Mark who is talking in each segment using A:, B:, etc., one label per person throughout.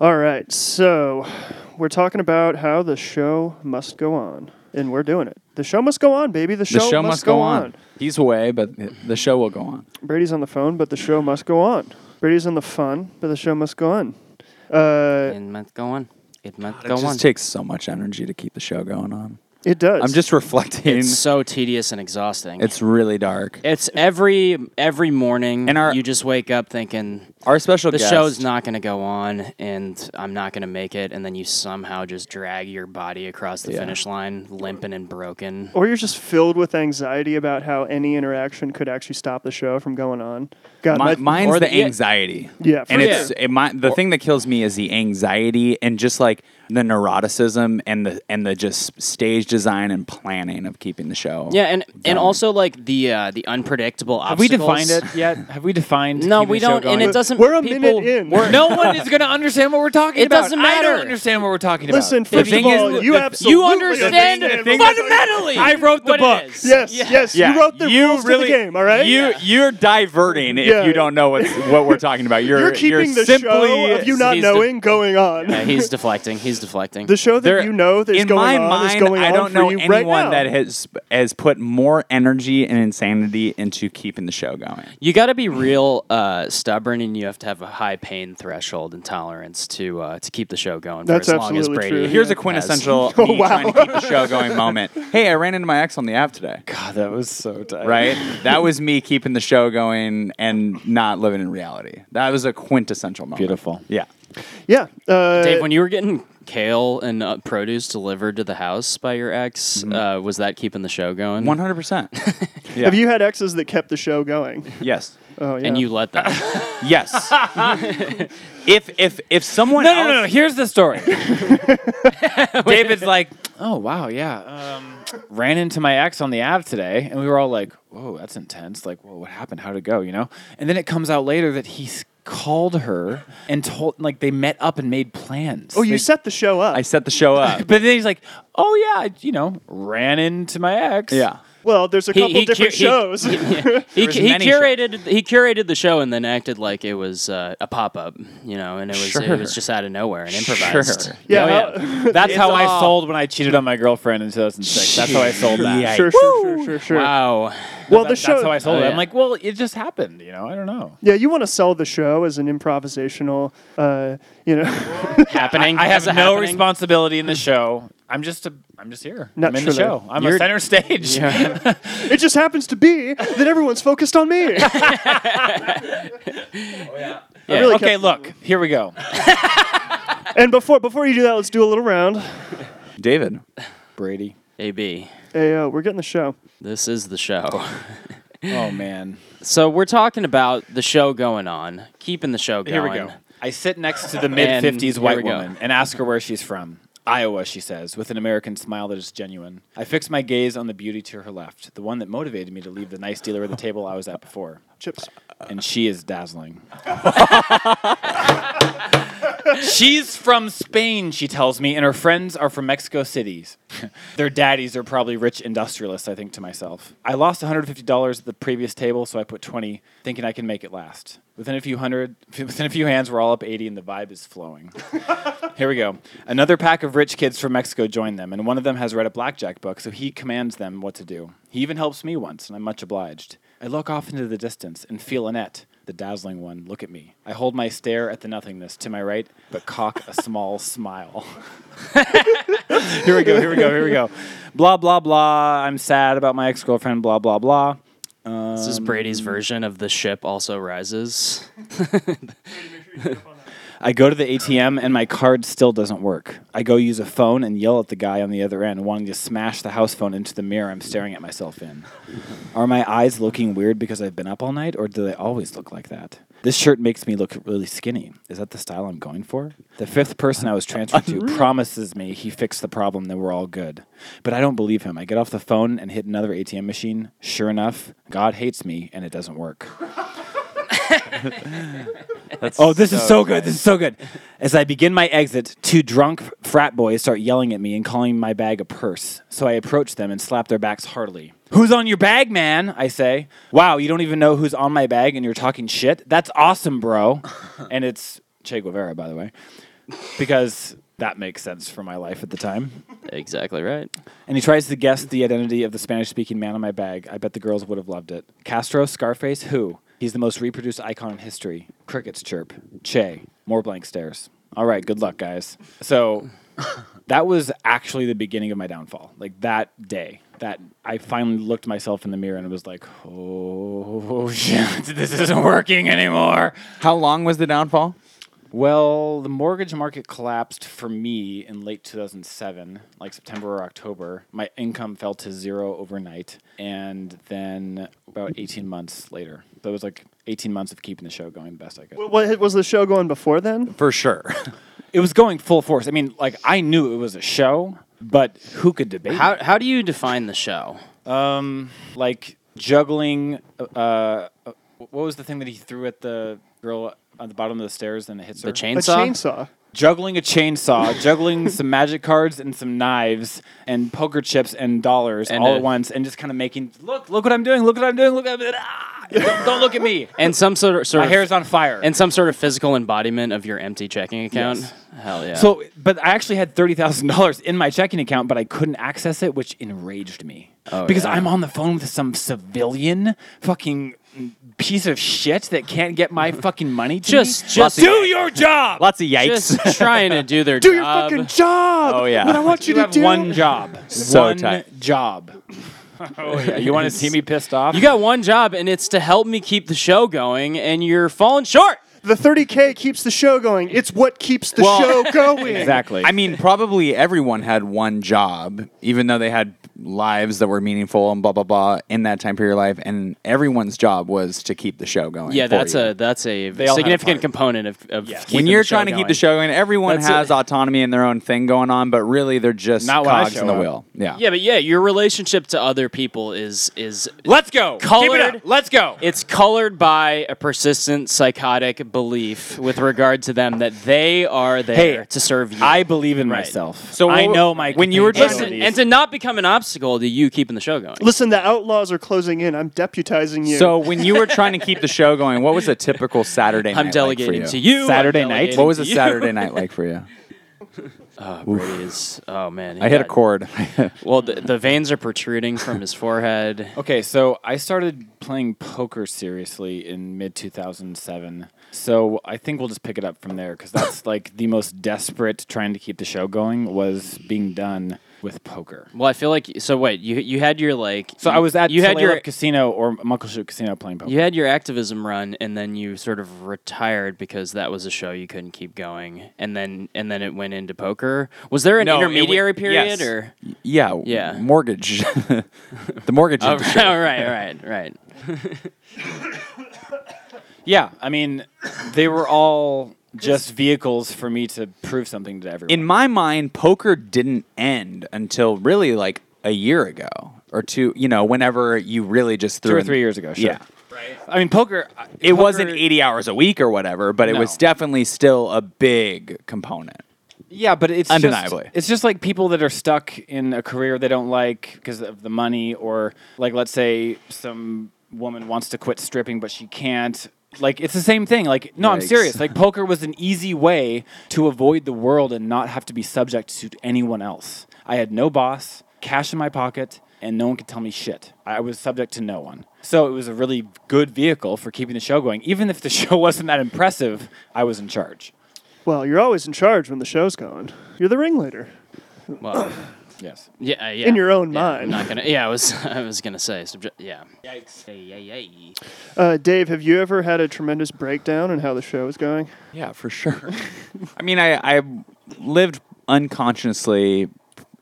A: All right, so we're talking about how the show must go on, and we're doing it. The show must go on, baby. The show,
B: The show must, go on. He's away, but the show will go on.
A: Brady's on the phone, but the show must go on. Brady's on the fun, but the show must go on. Uh,
C: It must go on. It must
B: It
C: go
B: just
C: on.
B: takes so much energy to keep the show going on.
A: it does.
B: I'm just reflecting.
C: it's
B: It's,
C: so tedious and exhausting. It's
B: really dark.
C: it's every every morning
B: And our-
C: you just wake up thinking
B: Our special
C: the
B: guest.
C: show's not going to go on and I'm not going to make it and then you somehow just drag your body across the
B: Yeah.
C: finish line limping and broken.
A: or you're just filled with anxiety about how any interaction could actually stop the show from going on. God,
B: Mi-
A: my,
B: mine's
C: or
B: the
C: the- yeah.
B: anxiety.
A: Yeah, for
B: and
A: sure.
B: it's it, my, the thing that kills me is the anxiety and just like the neuroticism and the and the just stage design and planning of keeping the show.
C: Yeah, and
B: going.
C: and also like the uh, the unpredictable
D: Have we
C: obstacles.
D: defined it yet? Have we defined?
C: No,
D: keeping
C: we
D: the show
C: don't, and
D: going?
C: it doesn't.
A: we're a
C: people,
A: minute in.
C: We're,
D: no one is going to understand what we're talking
C: It
D: about.
C: doesn't
D: I
C: matter.
D: don't understand what we're talking
A: Listen,
D: about.
A: first
B: thing
A: of all,
B: is-
A: you
B: the-
A: absolutely
C: you understand
D: The thing is-
C: fundamentally.
D: I wrote the
C: what it
D: book.
C: is.
A: Yes, yes, you wrote the rules to the game. All right,
B: You you're diverting if
A: Yeah.
B: you don't know what what we're talking about. You're
A: you're keeping the
B: simply
A: show of you not
C: he's the-
A: knowing going on.
C: Yeah, he's deflecting. He's deflecting.
A: The show that
B: There-
A: you know that's
B: in
A: going
B: my
A: on
B: mind,
A: is going
B: I
A: on
B: don't
A: for
B: know
A: you
B: anyone
A: right now.
B: that has has put more energy and insanity into keeping the show going.
C: you got to be real uh, stubborn, and you have to have a high pain threshold and tolerance to uh, to keep the show going
A: That's
C: for as long as
A: absolutely
C: Brady.
A: true.
B: Here's
A: Yeah.
B: a quintessential
A: Oh,
B: me
A: wow.
B: trying to keep the show going moment. Hey, I ran into my ex on the app today.
D: God, that was so tight.
B: Right? That was me keeping the show going and not living in reality. That was a quintessential moment.
D: Beautiful.
B: Yeah.
A: Yeah, uh,
C: Dave, when you were getting kale and uh, produce delivered to the house by your ex,
B: Mm-hmm.
C: uh, was that keeping the show going?
B: 100%. Yeah.
A: have you had exes that kept the show going?
B: Yes.
A: Oh yeah,
C: and you let them.
B: Yes. if if if someone
D: No,
B: else
D: no, no, no. Here's the story. David's like, oh wow, yeah. Um, ran into my ex on the app today, and we were all like, whoa, that's intense. Like, whoa, what happened? How'd it go? You know. And then it comes out later that he s- called her and told, like, they met up and made plans.
A: oh, you
D: They-
A: set the show up.
B: I set the show up.
D: But then he's like, oh yeah, I, you know, ran into my ex.
B: Yeah.
A: well, there's a
C: He-
A: couple
C: he
A: different
C: cu- he-
A: shows.
C: he,
B: was
C: he
B: many shows.
C: curated he curated the show and then acted like it was uh, a pop up, you know, and it was
B: Sure.
C: it was just out of nowhere and improvised.
B: Sure.
A: yeah,
D: Oh,
A: how-
D: yeah. That's how I
C: all-
D: sold when I cheated on my girlfriend in 2006. That's how I sold that.
B: Yeah.
A: sure, sure, sure, sure, sure.
C: Wow.
A: Well,
D: That-
A: the show.
D: That's how I sold
C: Oh,
D: it.
C: yeah.
D: I'm like, well, it just happened. You know, I don't know.
A: yeah, you want to sell the show as an improvisational, uh, you know,
C: happening.
D: I have
C: Is it
D: no
C: happening?
D: responsibility in the show. I'm just a, I'm just here.
A: Not
D: I'm in
A: sure
D: the
A: there.
D: show. I'm
C: You're-
D: a center stage.
A: it just happens to be that everyone's focused on me.
C: Yeah.
A: really
D: okay,
A: kept-
D: look, here we go.
A: and before before you do that, let's do a little round.
B: David.
D: Brady.
C: AB.
A: Hey, uh, we're getting the show.
C: This is the show.
D: Oh man.
C: So we're talking about the show going on, keeping the show going.
D: Here we go. I sit next to the mid 50s
C: Oh, here we
D: white
C: go.
D: woman and ask her where she's from. Iowa, she says, with an American smile that is genuine. I fix my gaze on the beauty to her left, the one that motivated me to leave the nice dealer at the table I was at before.
A: Chips.
D: and she is dazzling. She's from Spain, she tells me, and her friends are from Mexico cities. Their daddies are probably rich industrialists, I think to myself. I lost $150 at the previous table, so I put 20, thinking I can make it last. Within a few hundred, within a few hands, we're all up 80 and the vibe is flowing. Here we go. Another pack of rich kids from Mexico join them, and one of them has read a blackjack book, so he commands them what to do. He even helps me once, and I'm much obliged. I look off into the distance and feel Annette, the dazzling one, look at me. I hold my stare at the nothingness to my right, but cock a small smile. here we go, here we go, here we go. Blah, blah, blah. I'm sad about my ex girlfriend, blah, blah, blah.
C: This
D: Um,
C: is Brady's version of The Ship Also Rises.
D: I go to the ATM and my card still doesn't work. I go use a phone and yell at the guy on the other end, wanting to smash the house phone into the mirror I'm staring at myself in. Are my eyes looking weird because I've been up all night, or do they always look like that? This shirt makes me look really skinny. Is that the style I'm going for? The fifth person I was transferred to promises me he fixed the problem, then we're all good. But I don't believe him. I get off the phone and hit another ATM machine. Sure enough, God hates me and it doesn't work. Oh, this is so good. This is so good. As I begin my exit, two drunk frat boys start yelling at me and calling my bag a purse. So I approach them and slap their backs heartily. Who's on your bag, man? I say. Wow, you don't even know who's on my bag and you're talking shit? That's awesome, bro. and it's Che Guevara, by the way, because that makes sense for my life at the time.
C: Exactly right.
D: And he tries to guess the identity of the Spanish speaking man on my bag. I bet the girls would have loved it. Castro, Scarface, who? He's the most reproduced icon in history. Crickets chirp. Che. More blank stares. All right, good luck, guys. So that was actually the beginning of my downfall. Like that day, that I finally looked myself in the mirror and was like, oh shit, this isn't working anymore.
B: How long was the downfall?
D: Well, the mortgage market collapsed for me in late 2007, like September or October. My income fell to zero overnight. And then about 18 months later, that was like 18 months of keeping the show going the best I could.
A: What was the show going before then?
B: For sure.
D: It was going full force. I mean, like, I knew it was a show, but who could debate?
C: How how do you define the show?
D: it? Like, juggling. Uh, uh, what was the thing that he threw at the girl on the bottom of the stairs and it hits
C: The
D: her?
A: A
C: chainsaw.
A: chainsaw.
D: juggling a chainsaw, juggling some magic cards and some knives and poker chips and dollars
C: And
D: all
C: a-
D: at once, and just kind of making look, look what I'm doing, look what I'm doing, look at it. Ah, don't, don't look at me.
C: And some sort of sort
D: My
C: of
D: hair's on fire.
C: and some sort of physical embodiment of your empty checking account. Hell yeah.
D: so, but I actually had thirty thousand dollars in my checking account, but I couldn't access it, which enraged me
C: Oh,
D: because
C: yeah.
D: I'm on the phone with some civilian fucking piece of shit that can't get my fucking money. To
C: Just-
D: me.
C: just-
D: do your job.
B: Lots of yikes.
C: just trying to do their
A: Do your
C: job.
A: fucking job.
B: Uh, Oh, yeah.
A: What I want you,
D: you
A: to
D: have
A: do.
D: one job.
B: So
D: one
B: tight.
D: job. oh yeah. You want to see me pissed off?
C: you got one job, and it's to help me keep the show going, and you're falling short.
A: The 30K keeps the show going. It's what keeps the show going.
D: exactly.
B: I mean, probably everyone had one job, even though they had lives that were meaningful and blah blah blah in that time period of your life. And everyone's job was to keep the show going.
C: Yeah,
B: for
C: that's
B: you.
C: a that's a
D: all had a
C: significant
D: part.
C: component of, of
D: Yes.
C: keeping
B: When you're
C: the show
B: trying to keep the
C: going.
B: show going, everyone
C: That's
B: has
C: a-
B: autonomy and their own thing going on, but really they're just
D: Not when I
B: cogs
D: show
B: in the
D: up.
B: wheel. Yeah.
C: Yeah, but yeah, your relationship to other people is is
D: Let's go. Keep it
C: Colored-
D: up. Let's go.
C: it's colored by a persistent psychotic belief with regard to them that they are there
D: Hey,
C: to serve you.
D: I believe in myself.
B: So
D: I
B: what-
D: know my
B: when you were
C: and,
B: trying
D: capabilities.
C: to, and to not become an obstacle to you keeping the show going.
A: Listen, the outlaws are closing in. I'm deputizing you.
B: So when you were trying to keep the show going, what was a typical Saturday night?
C: I'm
B: like
C: delegating
B: for
C: to
B: you?
C: you. I'm
D: Saturday night?
C: delegating
B: What was
C: to
B: a
C: you.
B: Saturday night like for you?
C: Oh, Brady is, oh man, he
B: I hit a
C: got-
B: chord.
C: Well, the, the veins are protruding from his forehead.
D: okay, so I started playing poker seriously in mid 2007. So I think we'll just pick it up from there because that's like the most desperate trying to keep the show going was being done with poker.
C: Well, I feel like so. Wait, you you had your like.
D: So I was at
C: you had your
D: casino or Muckleshoot Casino playing poker.
C: you had your activism run, and then you sort of retired because that was a show you couldn't keep going, and then and then it went into poker. Was there an
B: No, it wa-
C: intermediary period
B: yes.
C: or?
B: yeah.
C: Yeah.
B: Mortgage. the mortgage.
C: Oh,
B: industry.
C: right, right, right, right.
D: Yeah, I mean, they were all just vehicles for me to prove something to everyone.
B: in my mind, poker didn't end until really like a year ago or two. You know, whenever you really just threw
D: two or
B: in-
D: three years ago, sure.
B: Yeah.
D: Right. I mean, poker.
B: It wasn't 80 hours a week or whatever, but it
D: No.
B: was definitely still a big component.
D: Yeah, but it's
B: Undeniably.
D: Just, it's just like people that are stuck in a career they don't like because of the money, or like let's say some woman wants to quit stripping but she can't. Like it's the same thing. Like no, I'm
B: Yikes.
D: serious. Like poker was an easy way to avoid the world and not have to be subject to anyone else. I had no boss, cash in my pocket, and no one could tell me shit. I was subject to no one. So it was a really good vehicle for keeping the show going. Even if the show wasn't that impressive, I was in charge.
A: well, you're always in charge when the show's going. You're the ringleader
C: Well,
D: Yes.
C: yeah, uh, yeah.
A: in your own
C: yeah, I'm
A: mind.
C: not gonna. Yeah, I was. I was gonna say. Subje- yeah. Yikes. Yay, yay, yay.
A: Uh, Dave, have you ever had a tremendous breakdown in how the show is going?
B: Yeah, for sure. I mean, I, I lived unconsciously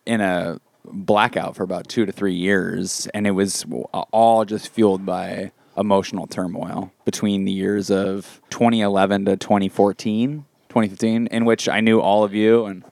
B: in a blackout for about two to three years, and it was all just fueled by emotional turmoil between the years of 2011 to 2014, 2015, in which I knew all of you and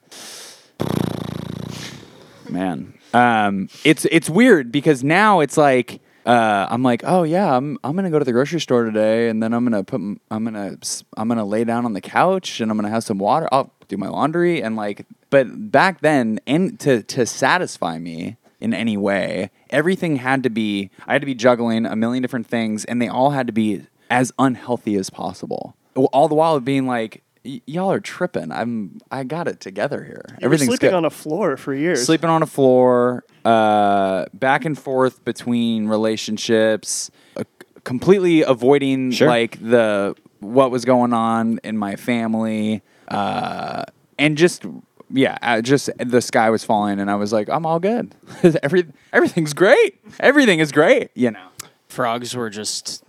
B: man. Um, it's it's weird because now it's like uh, I'm like, oh yeah, I'm I'm gonna go to the grocery store today, and then I'm gonna put m- I'm gonna s- I'm gonna lay down on the couch, and I'm gonna have some water. I'll do my laundry, and like, but back then, and to to satisfy me in any way, everything had to be I had to be juggling a million different things, and they all had to be as unhealthy as possible. All the while being like, y- y'all are tripping. I'm I got it together here.
A: You were sleeping on a floor for years.
B: sleeping on a floor, uh, back and forth between relationships, uh, completely avoiding
D: Sure.
B: like the what was going on in my family, uh, and just yeah, I just the sky was falling, and I was like, I'm all good. Every everything's great. Everything is great. You know.
C: Frogs were just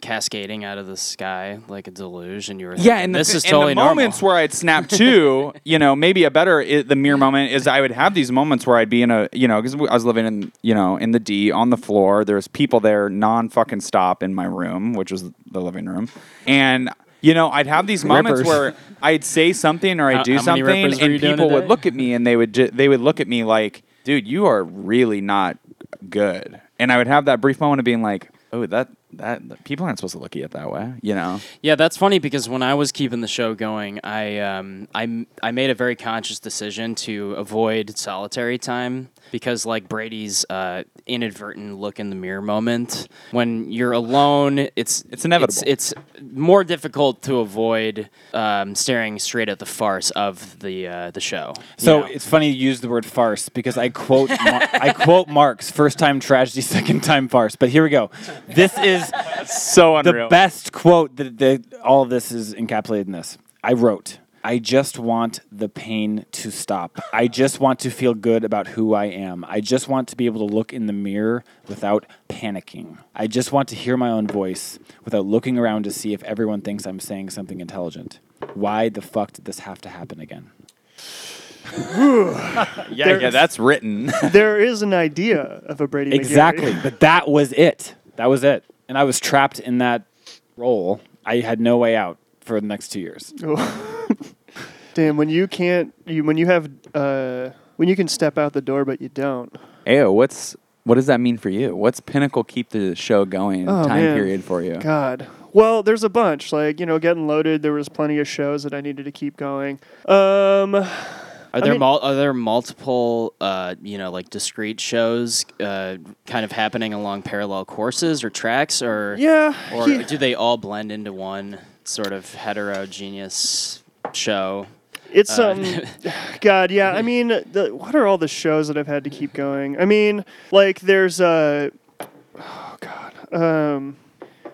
C: cascading out of the sky like a deluge, and you were
B: Yeah,
C: thinking,
B: and
C: this
B: the,
C: is
B: and
C: totally
B: the
C: normal.
B: moments where I'd snap too, you know, maybe a better i the mere moment is I would have these moments where I'd be in a, you know, because I was living in, you know, in the D on the floor. There's people there non fucking stop in my room, which was the living room, and. You know, I'd have these moments
D: Rippers.
B: where I'd say something or I'd
C: How-
B: do
C: how many
B: something,
C: rippers were
B: and
C: you doing
B: people would
C: today?
B: look at me and they would ju- they would look at me like, "Dude, you are really not good." And I would have that brief moment of being like, "Oh, that that people aren't supposed to look at you that way," you know.
C: Yeah, that's funny because when I was keeping the show going, I um, I I made a very conscious decision to avoid solitary time because like Brady's uh, inadvertent look in the mirror moment when you're alone, it's
B: It's inevitable.
C: It's, it's more difficult to avoid um, staring straight at the farce of the uh, the show. you
D: So
C: know?
D: it's funny you use the word farce because I quote Mar- I quote Marx first time tragedy second time farce. But here we go. This is
B: So
D: the
B: unreal.
D: best quote that, that all of this is encapsulated in this. I wrote, I just want the pain to stop. I just want to feel good about who I am. I just want to be able to look in the mirror without panicking. I just want to hear my own voice without looking around to see if everyone thinks I'm saying something intelligent. Why the fuck did this have to happen again?
B: Yeah, yeah, that's written.
A: there is an idea of a Brady. McGarry.
D: Exactly. but that was it. That was it. And I was trapped in that role. I had no way out for the next two years.
A: Oh. Damn, when you can't, you when you have, uh, when you can step out the door but you don't.
B: Ayo, what's what does that mean for you? What's pinnacle keep the show going
A: Oh,
B: time
A: man.
B: period for you?
A: God. Well, there's a bunch. Like you know, getting loaded. There was plenty of shows that I needed to keep going. Um,
C: Are there
A: mean-
C: mul- are there multiple uh, you know like discrete shows uh, kind of happening along parallel courses or tracks or
A: yeah.
C: or
A: he-
C: do they all blend into one sort of heterogeneous show?
A: It's um, God, yeah. I mean, the, what are all the shows that I've had to keep going? I mean, like there's a, oh God, um,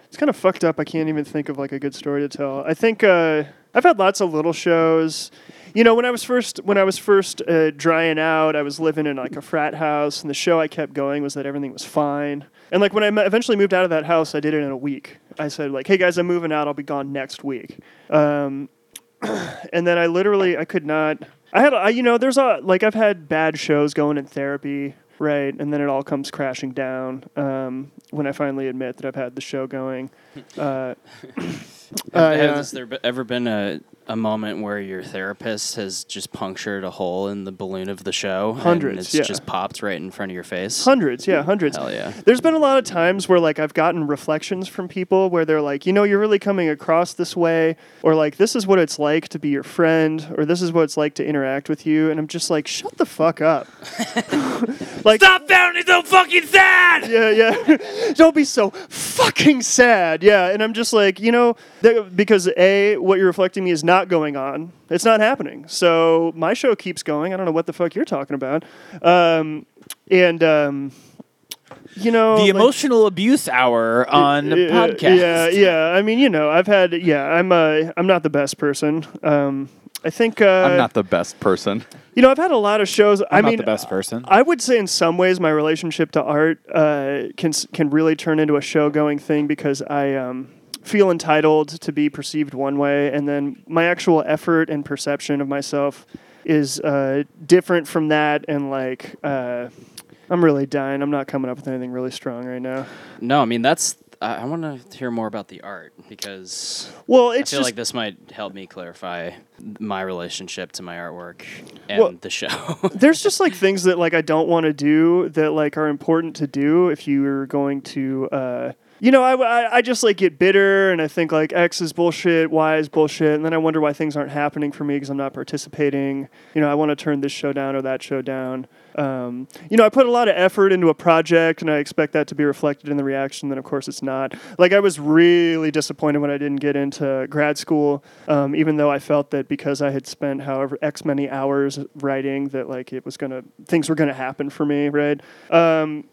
A: it's kind of fucked up. I can't even think of like a good story to tell. I think uh, I've had lots of little shows. You know, when I was first when I was first uh, drying out, I was living in like a frat house, and the show I kept going was that everything was fine. And like when I m- eventually moved out of that house, I did it in a week. I said like, "Hey guys, I'm moving out. I'll be gone next week." Um, and then I literally I could not. I had I, you know there's a like I've had bad shows going in therapy right, and then it all comes crashing down um, when I finally admit that I've had the show going. Uh, uh,
C: Have-
A: yeah.
C: Has there be- ever been a a moment where your therapist has just punctured a hole in the balloon of the show and
A: Hundreds,
C: it's
A: yeah.
C: just popped right in front of your face?
A: Hundreds, yeah, hundreds.
C: Hell yeah.
A: There's been a lot of times where like I've gotten reflections from people where they're like, you know, you're really coming across this way, or like this is what it's like to be your friend, or this is what it's like to interact with you, and I'm just like, shut the fuck up. like
D: Stop sounding so fucking sad!
A: yeah, yeah. Don't be so fucking sad. Yeah, and I'm just like, you know, that, because a what you're reflecting me is not going on. It's not happening. So my show keeps going. I don't know what the fuck you're talking about. Um, and um, you know,
D: the
A: like-
D: emotional abuse hour on
A: yeah,
D: podcast.
A: Yeah, yeah. I mean, you know, I've had. Yeah, I'm. Uh, I'm not the best person. Um, I think. Uh,
B: I'm not the best person.
A: You know, I've had a lot of shows. i
D: I'm
A: mean,
D: not the best person.
A: I would say in some ways my relationship to art uh, can s- can really turn into a show going thing because I um, feel entitled to be perceived one way, and then my actual effort and perception of myself is uh, different from that, and like. Uh, I'm really dying. I'm not coming up with anything really strong right now.
C: No, I mean that's. I, I want to hear more about the art because
A: Well,
C: I
A: it's
C: feel
A: just
C: like this might help me clarify my relationship to my artwork and
A: Well-
C: the show.
A: there's just like things that like I don't want to do that like are important to do if you're going to uh you know, I, I, I just like get bitter and I think like X is bullshit, Y is bullshit, and then I wonder why things aren't happening for me because I'm not participating. You know, I want to turn this show down or that show down. Um, you know, I put a lot of effort into a project and I expect that to be reflected in the reaction. Then, of course, it's not. Like, I was really disappointed when I didn't get into grad school, um, even though I felt that because I had spent however X many hours writing, that like it was gonna, things were gonna happen for me, right? Um,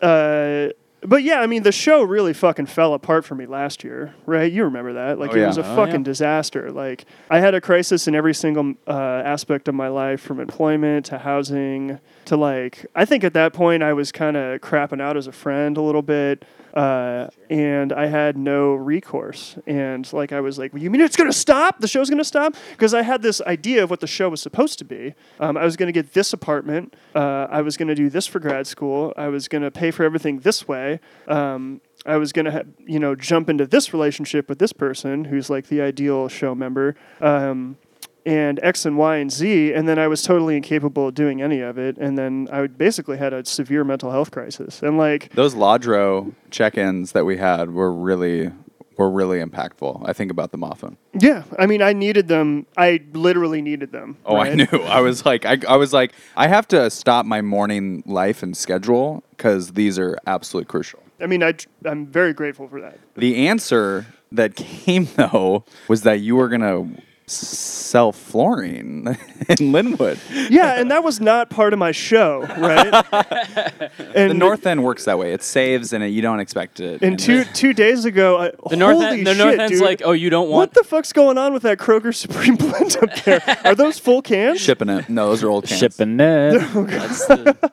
A: uh, but yeah, I mean, the show really fucking fell apart for me last year, right? You remember that? Like,
B: Oh,
A: it
B: yeah.
A: was a
B: Oh,
A: fucking
D: yeah.
A: disaster. Like, I had a crisis in every single uh, aspect of my life, from employment to housing to like. I think at that point, I was kind of crapping out as a friend a little bit, uh, and I had no recourse. And like, I was like, "You mean it's gonna stop? The show's gonna stop?" Because I had this idea of what the show was supposed to be. Um, I was gonna get this apartment. Uh, I was gonna do this for grad school. I was gonna pay for everything this way. Um, I was gonna, ha- you know, jump into this relationship with this person who's like the ideal show member, um, and X and Y and Z, and then I was totally incapable of doing any of it, and then I would basically had a severe mental health crisis, and like,
B: Those Lodro check-ins that we had were really were really impactful. I think about them often.
A: yeah, I mean, I needed them. I literally needed them.
B: Oh, I
A: right?
B: knew. I was like, I, I was like, I have to stop my morning life and schedule because these are absolutely crucial.
A: I mean, I tr- I'm very grateful for that.
B: The answer that came though was that you were gonna sell fluorine in Linwood.
A: Yeah, and that was not part of my show, right? and
B: The North End works that way. It saves and it, you don't expect it.
A: And two two days ago, I,
C: The north
A: holy
C: end, the
A: shit,
C: north end's
A: dude.
C: like, oh, you don't want
A: What the fuck's going on with that Kroger Supreme blend up there? Are those full cans?
B: shipping it. No, those are old cans.
D: Shipping it.
C: that's the,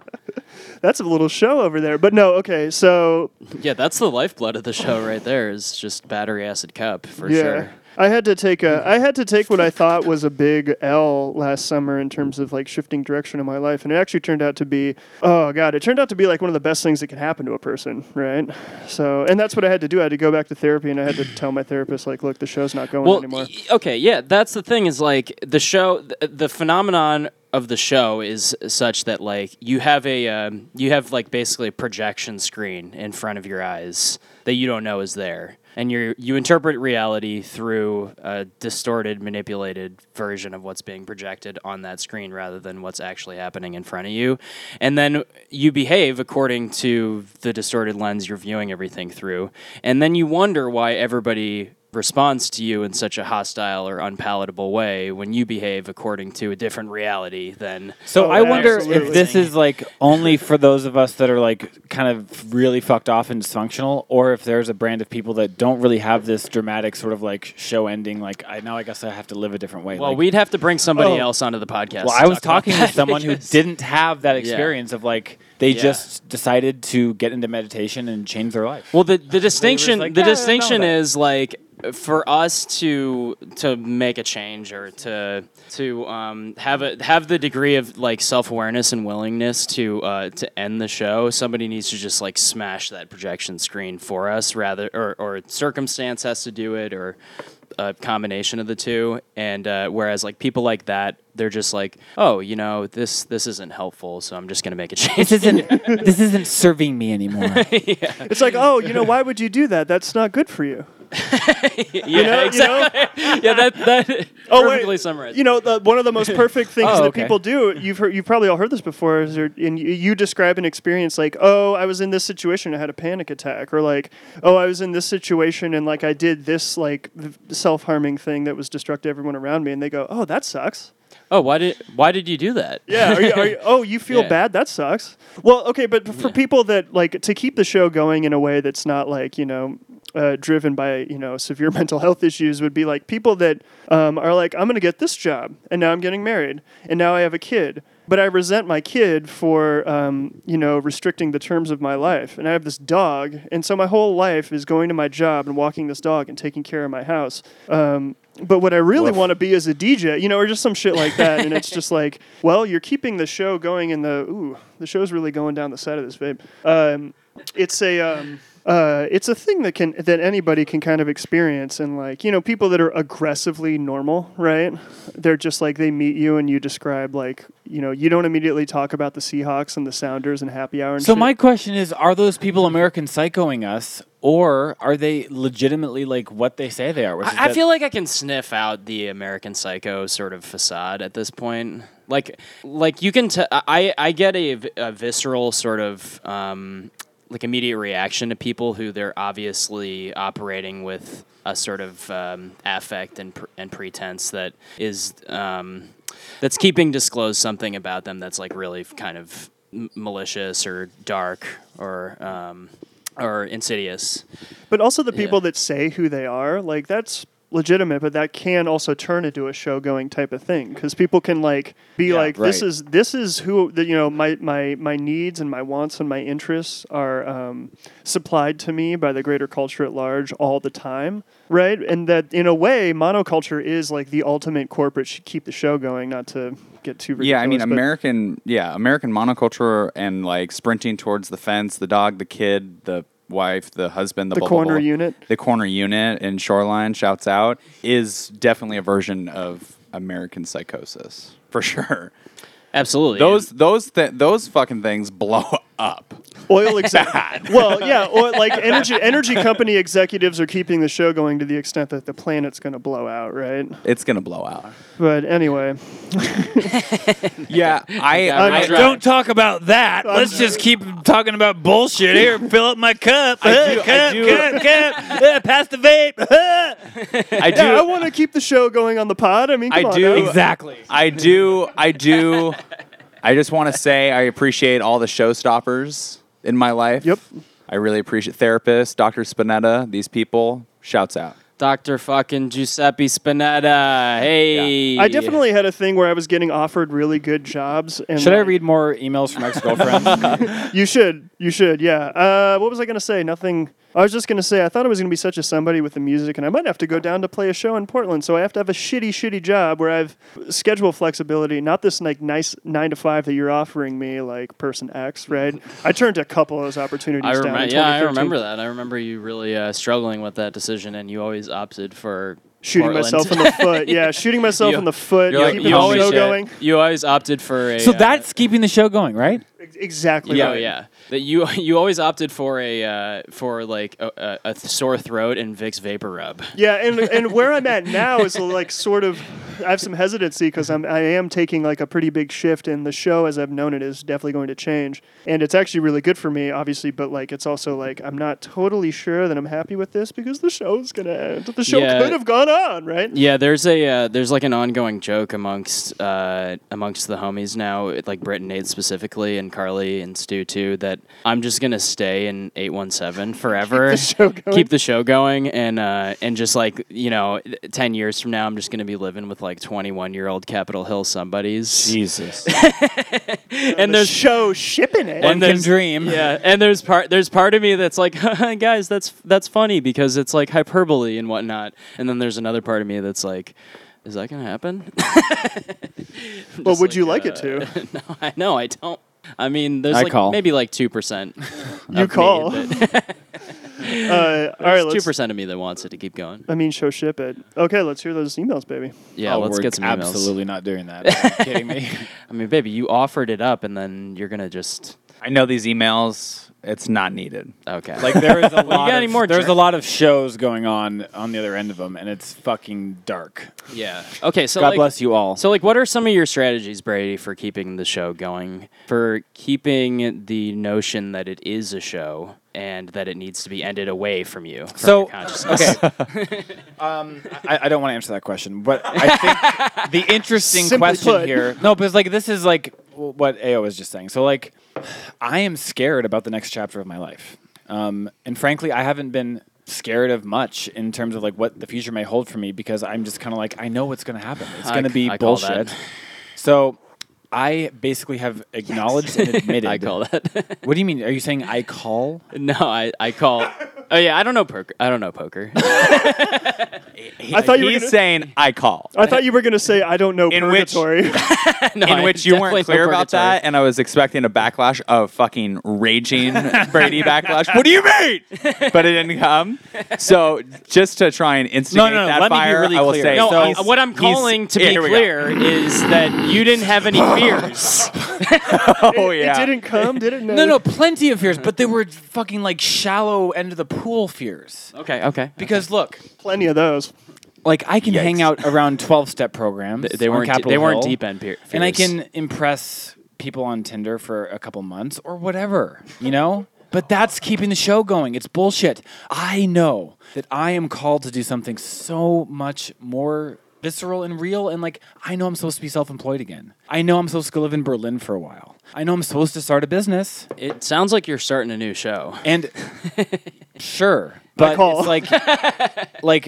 A: That's a little show over there. But no, okay. So
C: yeah, that's the lifeblood of the show right there. Is just battery acid cup for
A: yeah.
C: sure.
A: I had to take a I had to take what I thought was a big L last summer in terms of like shifting direction in my life and it actually turned out to be oh god it turned out to be like one of the best things that can happen to a person right so and that's what I had to do I had to go back to therapy and I had to tell my therapist like look the show's not going
C: well,
A: anymore
C: y- okay, yeah, that's the thing is like the show, th- the phenomenon of the show is such that like you have a um, you have like basically a projection screen in front of your eyes that you don't know is there, and you you interpret reality through a distorted, manipulated version of what's being projected on that screen rather than what's actually happening in front of you, and then you behave according to the distorted lens you're viewing everything through, and then you wonder why everybody responds to you in such a hostile or unpalatable way when you behave according to a different reality than
D: So
A: Oh,
D: I wonder
A: absolutely.
D: if this is like only for those of us that are like kind of really fucked off and dysfunctional, or if there's a brand of people that don't really have this dramatic sort of like show ending. Like I now I guess I have to live a different way.
C: well
D: Like,
C: we'd have to bring somebody
A: Oh.
C: else onto the podcast
D: well,
C: to
D: I was
C: talk about
D: talking
C: that
D: to someone who
C: because-
D: didn't have that experience of like they
C: Yeah.
D: just decided to get into meditation and change their life.
C: well the, the distinction
D: like,
C: the
D: "Yeah, I don't know
C: distinction
D: that."
C: is like for us to to make a change or to to um, have a have the degree of like self-awareness and willingness to uh, to end the show somebody needs to just like smash that projection screen for us rather or or circumstance has to do it or a combination of the two. And uh, whereas like people like that, they're just like, oh, you know, this this isn't helpful, so I'm just gonna make a change.
D: isn't this isn't serving me anymore.
A: it's like oh you know why would you do that that's not good for you
C: yeah,
A: you know,
C: exactly.
A: you know?
C: yeah, that that
A: Oh,
C: perfectly
A: wait.
C: summarized.
A: You know, the, one of the most perfect things
D: Oh,
A: that
D: okay.
A: people do. You've heard, you've probably all heard this before. Is there, and you, you describe an experience like, "Oh, I was in this situation, I had a panic attack," or like, "Oh, I was in this situation, and like I did this like self harming thing that was destructive to everyone around me," and they go, "Oh, that sucks."
C: oh, why did why did you do that?
A: Yeah. Are you, are you, oh, you feel
C: Yeah.
A: bad? That sucks. Well, okay, but for people that like to keep the show going in a way that's not like you know uh, driven by you know severe mental health issues would be like people that um, are like I'm going to get this job and now I'm getting married and now I have a kid. But I resent my kid for um, you know restricting the terms of my life, and I have this dog, and so my whole life is going to my job and walking this dog and taking care of my house. Um, but what I really want to be is a DJ, you know, or just some shit like that. And it's just like, well, you're keeping the show going in the, ooh, the show's really going down the side of this, babe. Um, it's a, um, uh, it's a thing that can that anybody can kind of experience and like you know people that are aggressively normal right they're just like they meet you and you describe like you know you don't immediately talk about the Seahawks and the Sounders and happy hour and
D: So
A: shit.
D: my question is: Are those people American psychoing us, or are they legitimately like what they say they are? which is
C: I, I
D: that-
C: feel like I can sniff out the American Psycho sort of facade at this point. Like, like you can. T- I I get a, v- a visceral sort of um, like immediate reaction to people who they're obviously operating with a sort of um, affect and pr- and pretense that is um, that's keeping disclosed something about them that's like really kind of m- malicious or dark or um, or insidious.
A: but also the people that say who they are like that's legitimate but that can also turn into a show going type of thing because people can like be like this
B: right.
A: is this is who the, you know my my my needs and my wants and my interests are um, supplied to me by the greater culture at large all the time right and that in a way monoculture is like the ultimate corporate sh- keep the show going not to get too ridiculous,
B: Yeah, I mean
A: but-
B: American, yeah, American monoculture and like sprinting towards the fence, the dog, the kid, the wife, the husband, the,
A: The
B: blah, blah,
A: corner
B: blah.
A: unit.
B: the corner unit in Shoreline shouts out is definitely a version of American psychosis for sure.
C: Absolutely.
B: Those those th- those fucking things blow up.
A: oil exactly. well, yeah, or like energy energy company executives are keeping the show going to the extent that the planet's going to blow out, right?
B: It's gonna blow out.
A: But anyway,
B: Yeah, I,
C: I'm
B: I
C: dry.
D: Don't talk about that.
A: I'm
D: Let's just keep talking about bullshit here. Fill up my cup. Uh,
B: do- I
D: cup,
B: do-
D: cup, cup. Uh, pass the vape.
B: I do.
A: yeah, I want to keep the show going on the pod. I mean,
B: I
A: come on
B: do-
A: now.
D: exactly.
B: I do. I do. I just want to say I appreciate all the showstoppers in my life.
A: Yep.
B: I really appreciate therapists, Dr. Spinetta, these people. Shouts out.
C: Dr. fucking Giuseppe Spinetta. Hey.
A: I definitely had a thing where I was getting offered really good jobs, and
D: Should I
A: like-
D: read more emails from ex-girlfriends?
A: You should, you should, yeah. Uh, what was I going to say? Nothing. I was just going to say I thought I was going to be such a somebody with the music, and I might have to go down to play a show in Portland, so I have to have a shitty, shitty job where I've schedule flexibility, not this like nice nine to five that you're offering me, like person X, right? I turned a couple of those opportunities
C: I
A: down. in
C: remember, yeah, I
A: 2013.
C: remember that. I remember you really uh, struggling with that decision, and you always opted for
A: Shooting
C: Portland.
A: myself in the foot, yeah. Shooting myself
C: You-
A: in the foot,
B: you're like,
A: keeping
B: you
A: the
B: always
A: show
B: shit.
A: going.
C: You always opted for a.
D: so
C: uh,
D: that's keeping the show going, right?
A: Ex- Exactly.
C: Yeah,
A: right.
C: yeah. That you you always opted for a uh, for like a, a, a sore throat and Vicks vapor rub.
A: Yeah, and and where I'm at now is like sort of I have some hesitancy because I'm I am taking like a pretty big shift in the show as I've known it is definitely going to change, and it's actually really good for me, obviously. But like, it's also like I'm not totally sure that I'm happy with this because the show's gonna end. The show
C: Yeah.
A: could have gone on, right?
C: Yeah, there's a uh, there's like an ongoing joke amongst uh, amongst the homies now, it- like Britt and Nate specifically, and Carly and Stu too. That I'm just gonna stay in eight one seven forever, keep the
A: show going.
C: show going, and uh, and just like you know, ten years from now, I'm just gonna be living with like twenty one year old Capitol Hill somebodies,
D: Jesus.
A: The
C: and there's
A: show shipping it.
C: And
D: One can
C: there's-
D: dream.
C: yeah, and there's part there's part of me that's like, guys, that's that's funny because it's like hyperbole and whatnot, and then there's another part of me that's like, is that gonna happen?
A: well, would
C: like,
A: you like it
C: uh,
A: to?
C: no, I know I don't. I mean, there's
D: I
C: like
D: call.
C: maybe like two percent.
A: You call. Uh, all right,
C: Two
A: let's.
C: percent of me that wants it to keep going.
A: I mean, show ship it. Okay, let's hear those emails, baby.
C: Yeah,
D: Oh,
C: let's
D: we're
C: get some emails.
D: Absolutely not doing that. Are you kidding me?
C: I mean, baby, you offered it up, and then you're gonna just
B: I know these emails. It's not needed.
C: okay.
D: Like there is a lot.
C: got
D: of,
C: any more,
D: there's
C: Jer-
D: a lot of shows going on on the other end of them, and it's fucking dark.
C: yeah. Okay. So
D: God
C: like,
D: bless you all.
C: So, like, what are some of your strategies, Brady, for keeping the show going? For keeping the notion that it is a show and that it needs to be ended away from you. From
D: So-
C: your consciousness.
D: okay. um, I, I don't want to answer that question, but I think the interesting
A: Simply
D: question
A: put.
D: here. No, because like this is like what Ao was just saying. So like, I am scared about the next chapter of my life, um, and frankly, I haven't been scared of much in terms of like what the future may hold for me because I'm just kind of like I know what's going to happen. It's
C: I
D: going to
C: c-
D: be
C: I call that.
D: bullshit. So I basically have acknowledged and admitted.
C: I call that.
D: What do you mean? Are you saying I call?
C: no, I, I call. Oh yeah, I don't know poker. I don't know poker.
A: I thought you were
B: He's
A: gonna, Oh,
B: saying I call.
A: I thought you were gonna say I don't know
B: In which-
A: purgatory.
C: No,
B: in
C: I
B: which you weren't
C: definitely know
B: clear about
C: purgatory.
B: that, and I was expecting a backlash of fucking raging Brady backlash. What do you mean? But it didn't come. So just to try and instigate
D: No, no, no,
B: that
D: let me be
B: fire,
D: really
B: I will
D: clear.
B: say
D: No,
B: so
D: I-
C: Uh, what I'm
B: he's-
C: calling to
B: yeah,
C: be
B: here we go.
C: clear is that you didn't have any fears.
B: Oh yeah,
A: It didn't come, did it? No,
D: No, no, plenty of fears, but they were fucking like shallow end of the pool fears.
C: okay, okay.
D: Because look,
A: Plenty of those.
D: like I can hang
B: Yikes.
D: out around twelve step programs.
C: They
D: on
C: weren't.
D: Capitol
C: they weren't
D: Hill,
C: deep end fears.
D: and I can impress people on Tinder for a couple months or whatever, you know. But that's keeping the show going. It's bullshit. I know that I am called to do something so much more visceral and real. And like, I know I'm supposed to be self employed again. I know I'm supposed to live in Berlin for a while. I know I'm supposed to start a business.
C: It sounds like you're starting a new show.
D: And sure, but
A: call.
D: it's like, like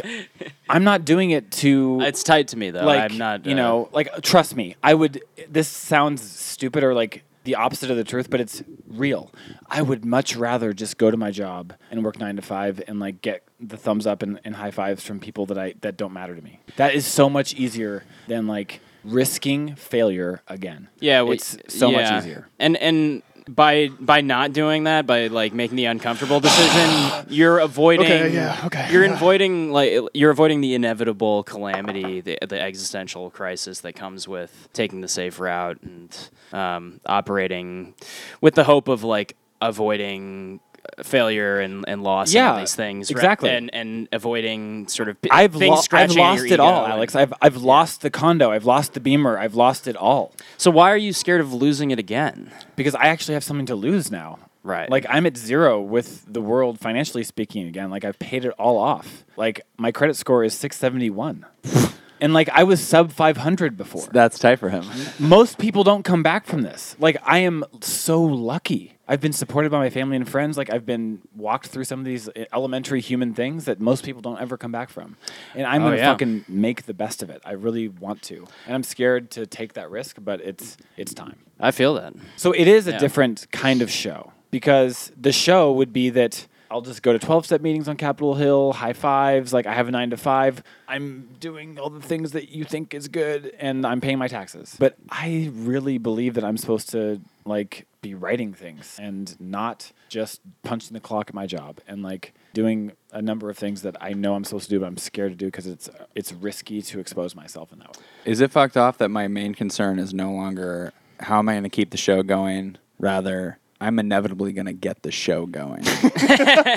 D: I'm not doing it to
C: It's tight to me though.
D: like
C: I'm not.
D: you
C: uh,
D: know like trust me. I would. This sounds stupid or like the opposite of the truth, but it's real. I would much rather just go to my job and work nine to five and like get the thumbs up and, and high fives from people that I that don't matter to me. That is so much easier than like risking failure again.
C: Yeah, we-
D: it's so
C: yeah.
D: much easier.
C: And and by by not doing that, by like making the uncomfortable decision, you're avoiding.
A: Okay, yeah, okay,
C: You're
A: yeah.
C: avoiding like you're avoiding the inevitable calamity, the the existential crisis that comes with taking the safe route and um, operating with the hope of like avoiding uh, failure and, and loss and all
D: Yeah,
C: these things right?
D: exactly.
C: and and avoiding sort of p-
D: I've,
C: things
D: lo- I've
C: scratching at
D: lost
C: your
D: it all,
C: ego.
D: Alex. I've, I've lost the condo. I've lost the beamer. I've lost it all
C: so why are you scared of losing it again
D: because I actually have something to lose now.
C: Right.
D: Like I'm at zero with the world financially speaking again. Like I've paid it all off. Like my credit score is 671. and like I was sub 500 before.
B: that's tight for him.
D: Most people don't come back from this. Like I am so lucky. I've been supported by my family and friends. Like I've been walked through some of these uh, elementary human things that most people don't ever come back from. And I'm
C: Oh,
D: gonna
C: yeah.
D: fucking make the best of it. I really want to. And I'm scared to take that risk, but it's it's time.
C: i feel that
D: So it is a
C: Yeah.
D: different kind of show because the show would be that I'll just go to 12 step meetings on Capitol Hill, high fives, like I have a 9 to 5. I'm doing all the things that you think is good and I'm paying my taxes. But I really believe that I'm supposed to like be writing things and not just punching the clock at my job and like doing a number of things that I know I'm supposed to do but I'm scared to do because it's it's risky to expose myself in that way.
B: Is it fucked off that my main concern is no longer how am I going to keep the show going? Rather, I'm inevitably going to get the show going.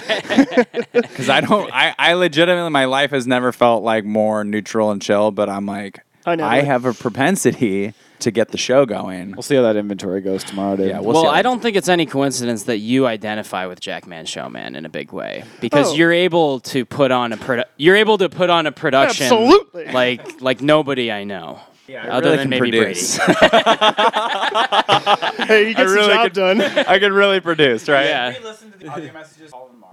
B: Because I don't, I, I legitimately, my life has never felt like more neutral and chill, but I'm like,
A: I
B: I,
A: know.
B: have a propensity to get the show going.
D: We'll see how that inventory goes tomorrow, Dave.
B: Yeah,
C: Well,
B: see how
C: I
B: that-
C: don't think it's any coincidence that you identify with Jackman Showman in a big way because
A: Oh.
C: you're able to put on a produ- you're able to put on a production
A: Absolutely.
C: like like nobody I know. Yeah,
D: I
C: other
B: really can
C: than maybe
B: produce.
C: Brady.
A: Hey, you get
B: really
A: the job
B: could-
A: done. Uh,
B: I could really produce, right?
C: yeah.
D: listen to the audio messages all tomorrow.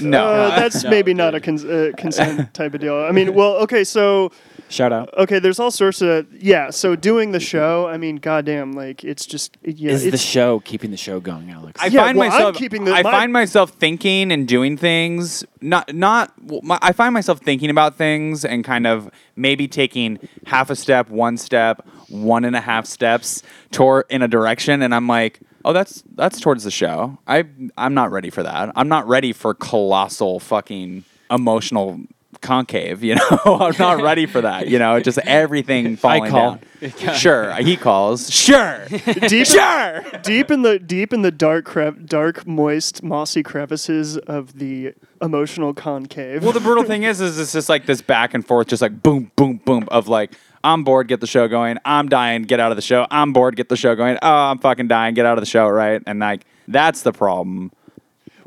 B: No.
A: that's
C: no,
A: maybe not
C: dude.
A: a cons- uh, consent type of deal. I mean, well, okay, so
D: Shout out.
A: okay, there's all sorts of yeah. So doing the show, I mean, goddamn, like it's just yeah,
D: is the
A: it's-
D: show keeping the show going, Alex?
B: I
A: Yeah,
B: find
A: well, I'm
B: myself
A: keeping the-
B: I
A: my-
B: find myself thinking and doing things not not well, my, I find myself thinking about things and kind of maybe taking half a step, one step, one and a half steps toward in a direction and I'm like, "Oh, that's that's towards the show. I I'm not ready for that. I'm not ready for colossal fucking emotional concave, you know. I'm not ready for that, you know. Just everything falling
D: call.
B: down. Sure, he calls. Sure.
A: deep,
B: sure.
A: deep in the deep in the dark, crev- dark, moist, mossy crevices of the emotional concave.
B: Well, the brutal thing is, is it's just like this back and forth, just like boom, boom, boom of like, I'm bored, get the show going. I'm dying, get out of the show. I'm bored, get the show going. Oh, I'm fucking dying, get out of the show, right? And like, that's the problem.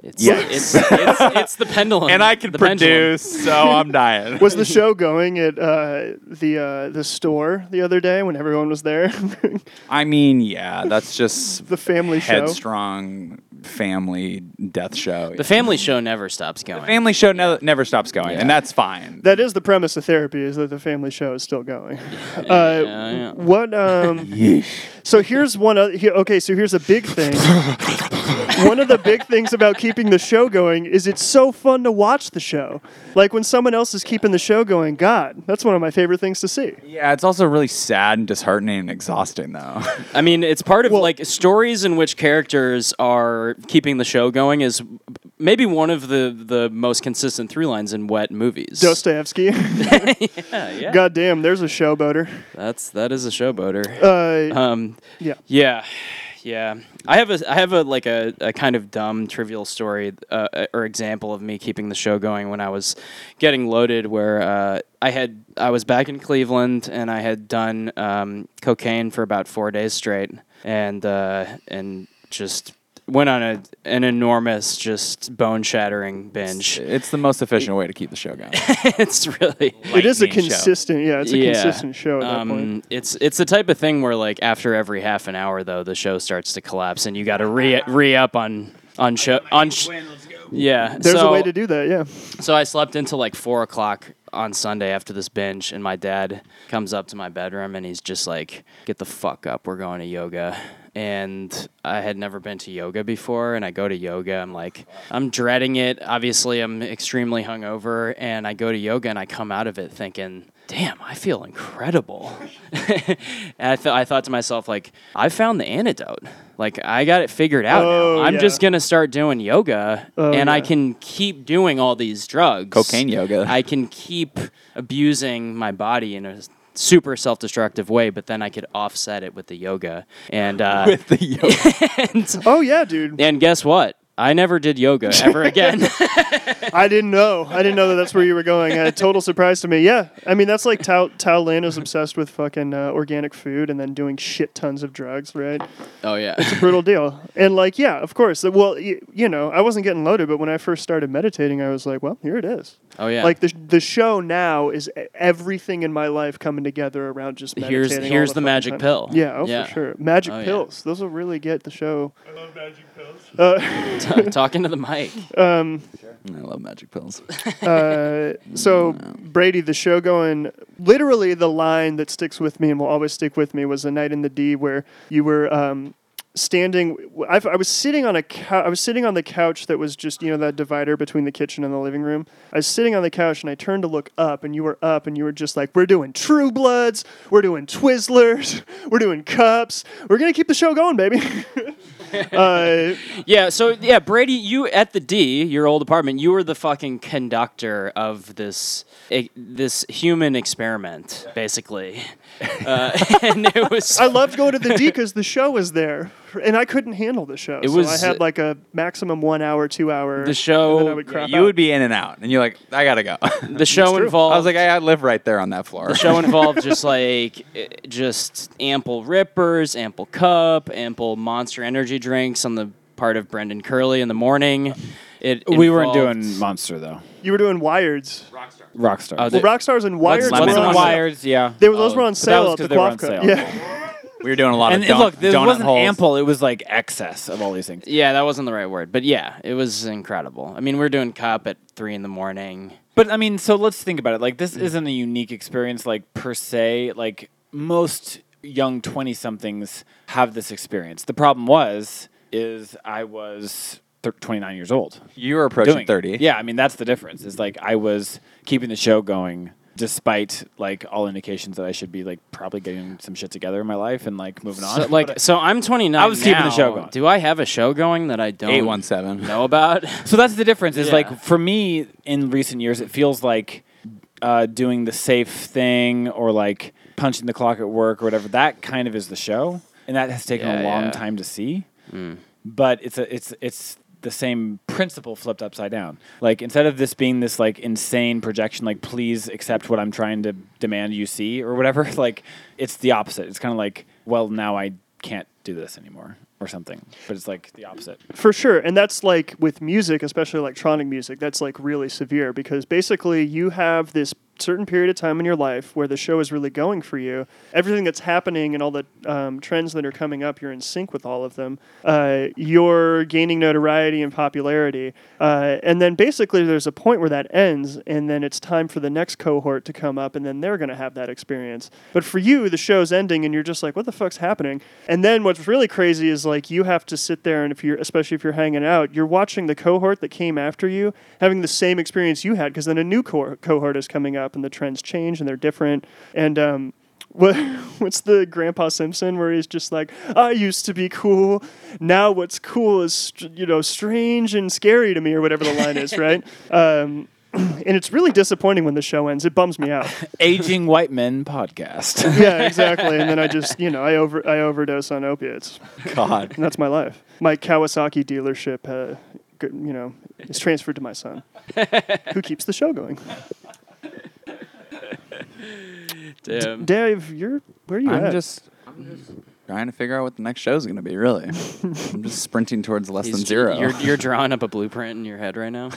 C: It's, it's, it's, it's the pendulum.
B: And I can
C: the pendulum.
B: produce, so I'm dying.
A: was the show going at uh, the uh, the store the other day when everyone was there?
B: I mean, yeah, that's just
A: the family show.
B: headstrong family death show.
C: The family show never stops going.
B: family show ne- never stops going, and that's fine.
A: That is the premise of therapy: is that the family show is still going. Uh,
C: yeah.
A: What? Um, So here's one. Other, he- okay, so here's a big thing. one of the big things about keeping the show going is it's so fun to watch the show. Like when someone else is keeping the show going, God, that's one of my favorite things to see.
B: Yeah, it's also really sad and disheartening and exhausting, though.
C: I mean, it's part of like stories in which characters are keeping the show going is maybe one of the the most consistent through lines in wet movies. Uh,
A: Dostoevsky. God damn, there's a showboater.
C: That's that is a showboater.
A: Uh,
C: Um,
A: yeah.
C: yeah, yeah. I have a I have a like a, a kind of dumb trivial story uh, or example of me keeping the show going when I was getting loaded, where uh, I had I was back in Cleveland and I had done um, cocaine for about four days straight, and uh, and just went on a an enormous, just bone shattering binge.
B: it's the most efficient way to keep the show going.
C: it's really
A: It is a
B: lightning show.
A: consistent, yeah, it's a consistent show at
C: Um,
A: that point.
C: It's it's the type of thing where like after every half an hour though the show starts to collapse and you got to re re up on on show on sh- yeah.
A: There's
C: so,
A: a way to do that, yeah.
C: So I slept until like four o'clock on Sunday after this binge, and my dad comes up to my bedroom and he's just like, "Get the fuck up, we're going to yoga." And I had never been to yoga before, and I go to yoga. I'm like, I'm dreading it. Obviously, I'm extremely hungover, and I go to yoga and I come out of it thinking, damn, I feel incredible. and I, th- I thought to myself, like, I found the antidote. Like, I got it figured out
A: Oh,
C: now. I'm
A: yeah.
C: just going to start doing yoga and I
A: Oh, yeah.
C: can keep doing all these drugs.
B: Cocaine yoga.
C: I can keep abusing my body in a s- super self destructive way, but then I could offset it with the yoga. And, uh,
B: the yoga.
A: Oh yeah, dude.
C: and guess what? I never did yoga ever again.
A: I didn't know. I didn't know that that's where you were going. A total surprise to me. Yeah. I mean, that's like Tao, Tao Lin is obsessed with fucking uh, organic food and then doing shit tons of drugs, right?
C: oh, yeah.
A: Brutal deal. And like, yeah, of course. Well, y- you know, I wasn't getting loaded, but when I first started meditating, I was like, well, here it is.
C: Oh, yeah.
A: Like the the show now is e- everything in my life coming together around just meditating.
C: Here's-
A: all
C: here's the
A: fucking
C: magic
A: time.
C: pill.
A: Yeah, oh,
C: Yeah.
A: for sure. Magic
C: Oh, yeah.
A: pills. Those will really get the show.
C: Talking to the mic.
A: Um,
B: I love magic pills.
A: Uh, so Brady, the show going literally the line that sticks with me and will always stick with me was a night in the D where you were um, standing. i I was sitting on a cou- I was sitting on the couch that was just you know that divider between the kitchen and the living room. I was sitting on the couch and I turned to look up and you were up and you were just like we're doing True Bloods, we're doing Twizzlers, we're doing Cups, we're gonna keep the show going, baby. uh,
C: Yeah, so yeah, Brady, you at the D, your old apartment, you were the fucking conductor of this eh, this human experiment, basically, uh, and it was
A: I loved going to the D because the show was there, and I couldn't handle the show.
C: It
A: so
C: was-
A: I had like a maximum one hour, two hour.
C: the show.
A: and then I would crap
B: you
A: out.
B: would be in and out, and you're like, I gotta go. I
C: the show involved.
B: was like, I, I live right there on that floor.
C: the show involved just like eh, just ample rippers, ample cup, ample Monster Energy drinks on the part of Brendan Curley in the morning. It
D: We weren't
C: involved-
D: doing Monster though.
A: you were doing Wireds.
D: Rockstar.
C: Oh,
A: Well,
C: the-
A: Rockstars and Wireds
C: Lemon
A: were on
C: Lemon Wire.
A: sale.
D: wires, yeah.
A: They were, those
C: Oh,
A: were on
C: but
D: that was
A: sale at
D: 'cause
A: the
D: they were on
A: Quafka.
D: sale.
A: Yeah.
B: We were doing a lot
D: And
B: of
D: it-
B: don-
D: look, this
B: donut
D: wasn't
B: holes.
D: ample. It was like excess of all these things.
C: Yeah, that wasn't the right word, but yeah, it was incredible. I mean, we're doing cup at three in the morning.
D: But I mean, so let's think about it. Like, this isn't a unique experience, like per se. Like most young twenty-somethings have this experience. The problem was, is I was thir- twenty-nine years old.
B: You were approaching
D: doing it.
B: thirty.
D: Yeah, I mean that's the difference. It's like I was keeping the show going despite like all indications that I should be like probably getting some shit together in my life and like moving on.
C: So, like, so I'm 29.
D: I was keeping
C: now.
D: the show going.
C: Do I have a show going that I don't
B: Eight one seven.
C: know about?
D: So that's the difference. Is
C: Yeah.
D: like for me in recent years, it feels like uh, doing the safe thing or like punching the clock at work or whatever. That kind of is the show, and that has taken
C: Yeah,
D: a long
C: yeah. Mm.
D: time to see. But it's a it's it's the same principle flipped upside down. Like instead of this being this like insane projection, like please accept what I'm trying to demand you see or whatever. Like it's the opposite. It's kind of like well now I can't do this anymore or something. But it's like the opposite.
A: For sure. And that's like with music, especially electronic music, that's like really severe because basically you have this certain period of time in your life where the show is really going for you, everything that's happening and all the um, trends that are coming up, you're in sync with all of them. Uh, you're gaining notoriety and popularity. Uh, and then basically, there's a point where that ends, and then it's time for the next cohort to come up, and then they're going to have that experience. But for you, the show's ending, and you're just like, what the fuck's happening? And then what's really crazy is like, you have to sit there, and if you're, especially if you're hanging out, you're watching the cohort that came after you having the same experience you had, because then a new co- cohort is coming up, and the trends change, and they're different. And, um, what, what's the Grandpa Simpson where he's just like, I used to be cool. Now what's cool is, str- you know, strange and scary to me, or whatever the line is, right? Um, and it's really disappointing when the show ends. It bums me out.
D: Aging White Men podcast.
A: Yeah, exactly. And then I just, you know, I over I overdose on opiates,
D: God.
A: and that's my life. My Kawasaki dealership, uh, g- you know, is transferred to my son, who keeps the show going.
C: Damn.
A: Dave, you're where are you
B: I'm
A: at?
B: just, I'm just trying to figure out what the next show is going to be. Really, I'm just sprinting towards less than
C: He's-
B: 0
C: You're, you're drawing up a blueprint in your head right now.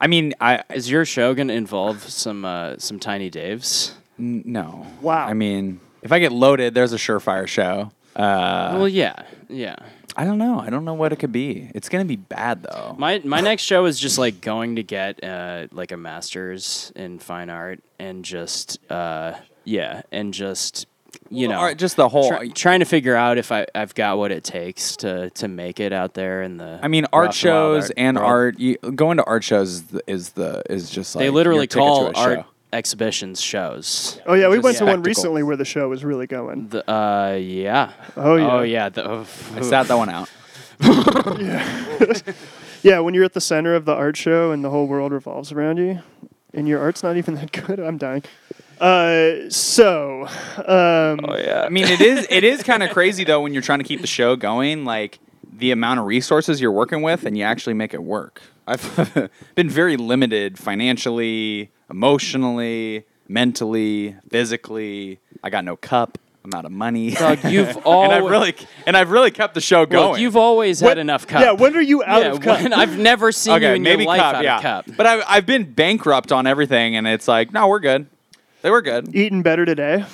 B: I mean, I
C: Is your show gonna involve some uh, some Tiny Daves?
B: n- no.
A: Wow.
B: I mean, if I get loaded, there's a surefire show. Uh,
C: well, yeah, yeah.
B: I don't know. I don't know what it could be. It's going to be bad though.
C: My my next show is just like going to get uh, like a master's in fine art and just uh, yeah, and just you know
B: All right, just the whole. uh,
C: try- trying to figure out if I I've got what it takes to to make it out there in the.
B: I mean,
C: rough and
B: art
C: wild
B: shows
C: art
B: and
C: world.
B: art. You, going to art shows is the is, the, is just like
C: They
B: your
C: literally
B: ticket to
C: call
B: a
C: art
B: show.
C: exhibitions shows.
A: oh yeah, we
C: Just
A: went to one
B: spectacle.
A: recently where the show was really going.
C: The, uh, yeah.
A: Oh, yeah.
C: Oh yeah. The, oh,
B: I sat that one out.
A: Yeah, when you're at the center of the art show and the whole world revolves around you, and your art's not even that good, I'm dying. Uh, so, um,
B: I mean, it is it is kind of crazy though when you're trying to keep the show going, like the amount of resources you're working with, and you actually make it work. I've been very limited financially, emotionally, mentally, physically. I got no cup. I'm out of money.
C: Doug, you've
B: and I've
C: always
B: really and I've really kept the show going.
C: look, you've always
A: What-
C: had enough cup.
A: Yeah, when are you out
C: Yeah,
A: of cup?
C: when- I've never seen you
B: okay,
C: in
B: maybe
C: your life
B: cup,
C: out
B: yeah.
C: of cup.
B: But I've I've been bankrupt on everything, and it's like, no, we're good. They were good.
A: Eating better today.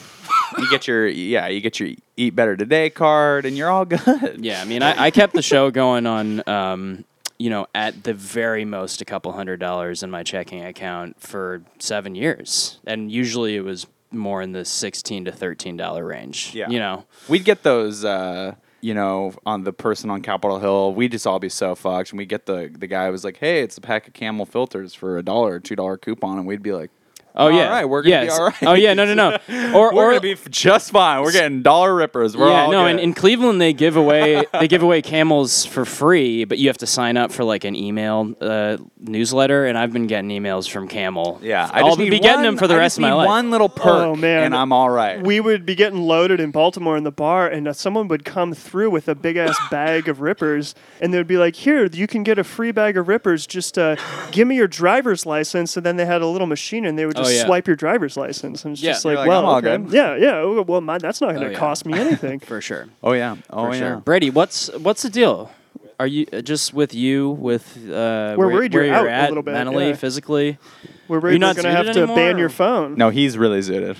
B: You get your yeah, you get your eat better today card, and you're all good.
C: Yeah, I mean, I, I kept the show going on, um, you know, at the very most a couple hundred dollars in my checking account for seven years, and usually it was more in the sixteen to thirteen dollar range.
B: Yeah.
C: you know,
B: We'd get those, uh, you know, on the person on Capitol Hill. We'd just all be so fucked. And we'd get the, the guy who was like, hey, it's a pack of camel filters for a dollar or two dollar coupon. And we'd be like,
C: oh
B: all
C: yeah,
B: right, we're going to
C: Yes.
B: be all right.
C: Oh yeah, no, no, no, or
B: We're
C: or
B: going to be f- just fine. We're getting dollar rippers. We're
C: yeah,
B: all
C: no.
B: good.
C: In, in Cleveland, they give away they give away camels for free, but you have to sign up for like an email uh, newsletter. And I've been getting emails from Camel.
B: yeah, I
C: I will
B: just
C: be
B: need
C: getting
B: one-
C: them for the
B: I
C: rest
B: just
C: of my
B: need
C: life.
B: One little perk,
A: Oh, man.
B: and I'm all right.
A: We would be getting loaded in Baltimore in the bar, and uh, someone would come through with a big ass bag of rippers, and they'd be like, "Here, you can get a free bag of rippers. Just uh, give me your driver's license." And then they had a little machine, and they would just
C: Oh, yeah.
A: swipe your driver's license, and it's
C: Yeah,
A: just
B: you're
A: like,
B: like,
A: "Well,
B: I'm all
A: okay.
B: good."
A: yeah, yeah, oh, well, my, that's not going to
C: yeah.
A: cost me anything."
C: for sure.
B: oh, yeah. Oh,
C: for
B: yeah.
C: sure. Brady, what's what's the deal? Are you uh, just with you with uh, where,
A: worried
C: where
A: you're out a
C: at
A: little bit,
C: mentally,
A: yeah.
C: physically?
A: We're
C: you
A: really
C: not
A: going to
C: zooted
A: have to
C: anymore,
A: ban
C: or-
A: your phone.
B: No, he's really zooted.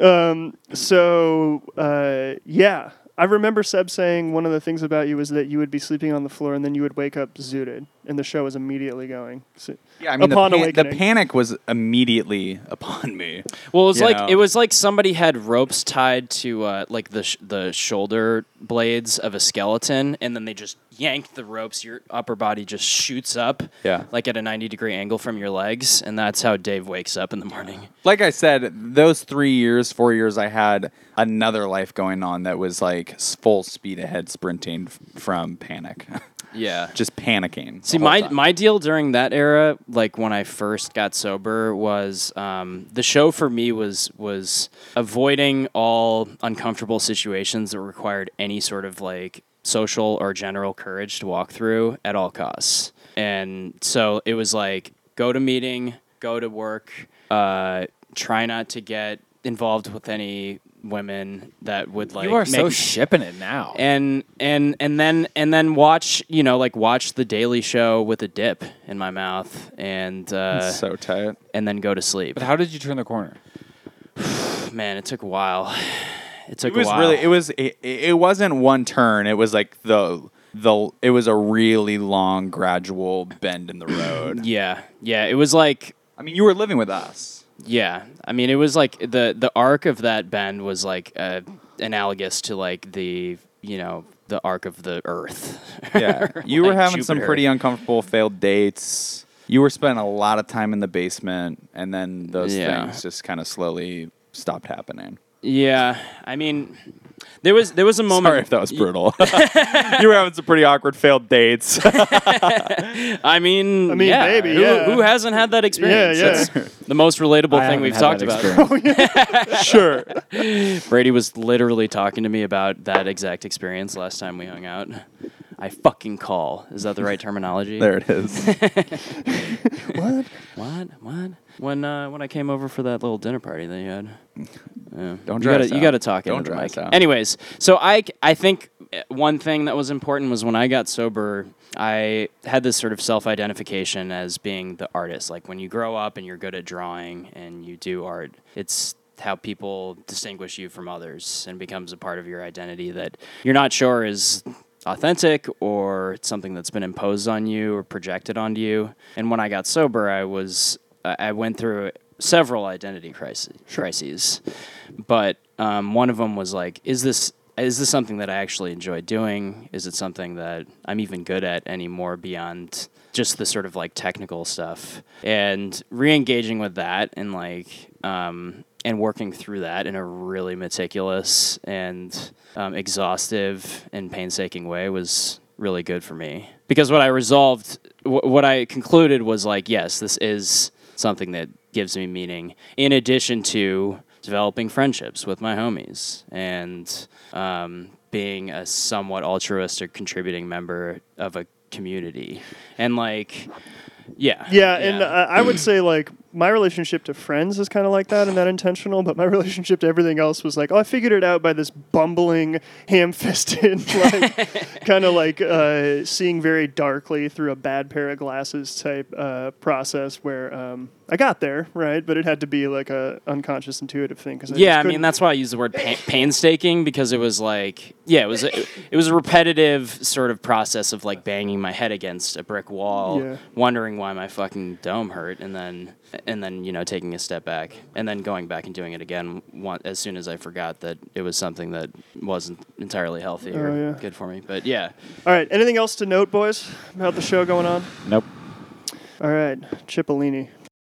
A: Um, so uh, yeah, I remember Seb saying one of the things about you was that you would be sleeping on the floor and then you would wake up zooted, and the show was immediately going. So,
B: Yeah, I mean, the,
A: Upon
B: pan- the
A: awakening.
B: panic was immediately upon me.
C: Well, it was
B: You
C: like
B: know.
C: it was like somebody had ropes tied to uh, like the sh- the shoulder blades of a skeleton, and then they just yanked the ropes. Your upper body just shoots up,
B: Yeah.
C: like at a ninety degree angle from your legs, and that's how Dave wakes up in the morning.
B: like I said, those three years, four years, I had another life going on that was like s- full speed ahead, sprinting f- from panic,
C: Yeah,
B: just panicking. the
C: See,
B: whole
C: my
B: time.
C: my deal during that era, like when I first got sober, was um, the show for me was was avoiding all uncomfortable situations that required any sort of like social or general courage to walk through at all costs. And so it was like go to meeting, go to work, uh, try not to get involved with any women that would like
D: you are so
C: make-
D: shipping it now.
C: and and and then and then watch you know like watch the Daily Show with a dip in my mouth and uh,
B: so tight.
C: and then go to sleep.
D: but how did you turn the corner?
C: Man, it took a while. It took
B: It was
C: a while.
B: really. It was. It, it wasn't one turn. It was like the the. It was a really long, gradual bend in the road.
C: yeah, yeah. It was like
B: I mean, you were living with us.
C: yeah. I mean, it was like the the arc of that bend was like uh, analogous to like the you know the arc of the Earth.
B: Yeah, you were
C: Like
B: having some
C: Jupiter.
B: pretty uncomfortable failed dates. You were spending a lot of time in the basement, and then those
C: Yeah.
B: things just kind of slowly stopped happening.
C: yeah. I mean, there was there was a moment.
B: Sorry if that was brutal. you were having some pretty awkward failed dates.
C: I mean,
A: I mean,
C: yeah.
A: maybe,
C: Who,
A: yeah.
C: who hasn't had that experience?
A: yeah.
C: That's the most relatable thing we've talked about.
B: sure.
C: Brady was literally talking to me about that exact experience last time we hung out. I fucking call. Is that the right terminology?
B: There it is.
A: What?
C: What? What? When uh, when I came over for that little dinner party that you had. Yeah.
B: Don't
C: you
B: dry
C: gotta,
B: us
C: You
B: out.
C: got to talk
B: Don't
C: into the
B: dry us
C: mic.
B: out.
C: Anyways, so I I think one thing that was important was when I got sober, I had this sort of self-identification as being the artist. Like when you grow up and you're good at drawing and you do art, it's how people distinguish you from others and becomes a part of your identity that you're not sure is authentic or something that's been imposed on you or projected onto you. And when I got sober, I was I I went through several identity crises, crises. but um, one of them was like, is this is this something that I actually enjoy doing? Is it something that I'm even good at anymore beyond just the sort of like technical stuff? And re-engaging with that and like um, and working through that in a really meticulous and um, exhaustive and painstaking way was really good for me because what I resolved, wh- what I concluded was like, yes, this is something that gives me meaning. In addition to developing friendships with my homies and um, being a somewhat altruistic contributing member of a community, and like, yeah,
A: Yeah, and I, I would say like my relationship to friends is kind of like that and that intentional, but my relationship to everything else was like, oh, I figured it out by this bumbling, ham-fisted, like kind of like uh, seeing very darkly through a bad pair of glasses type uh, process where um, I got there, right? But it had to be like a unconscious, intuitive thing because
C: yeah, I mean that's why I use the word pa- painstaking because it was like yeah, it was a, it was a repetitive sort of process of like banging my head against a brick wall,
A: Yeah.
C: wondering why my fucking dome hurt, and then and then you know taking a step back and then going back and doing it again one, as soon as I forgot that it was something that wasn't entirely healthy or
A: Oh, yeah.
C: good for me. But yeah,
A: All right, anything else to note, boys, about the show going on?
D: Nope.
A: All right, Cipollini.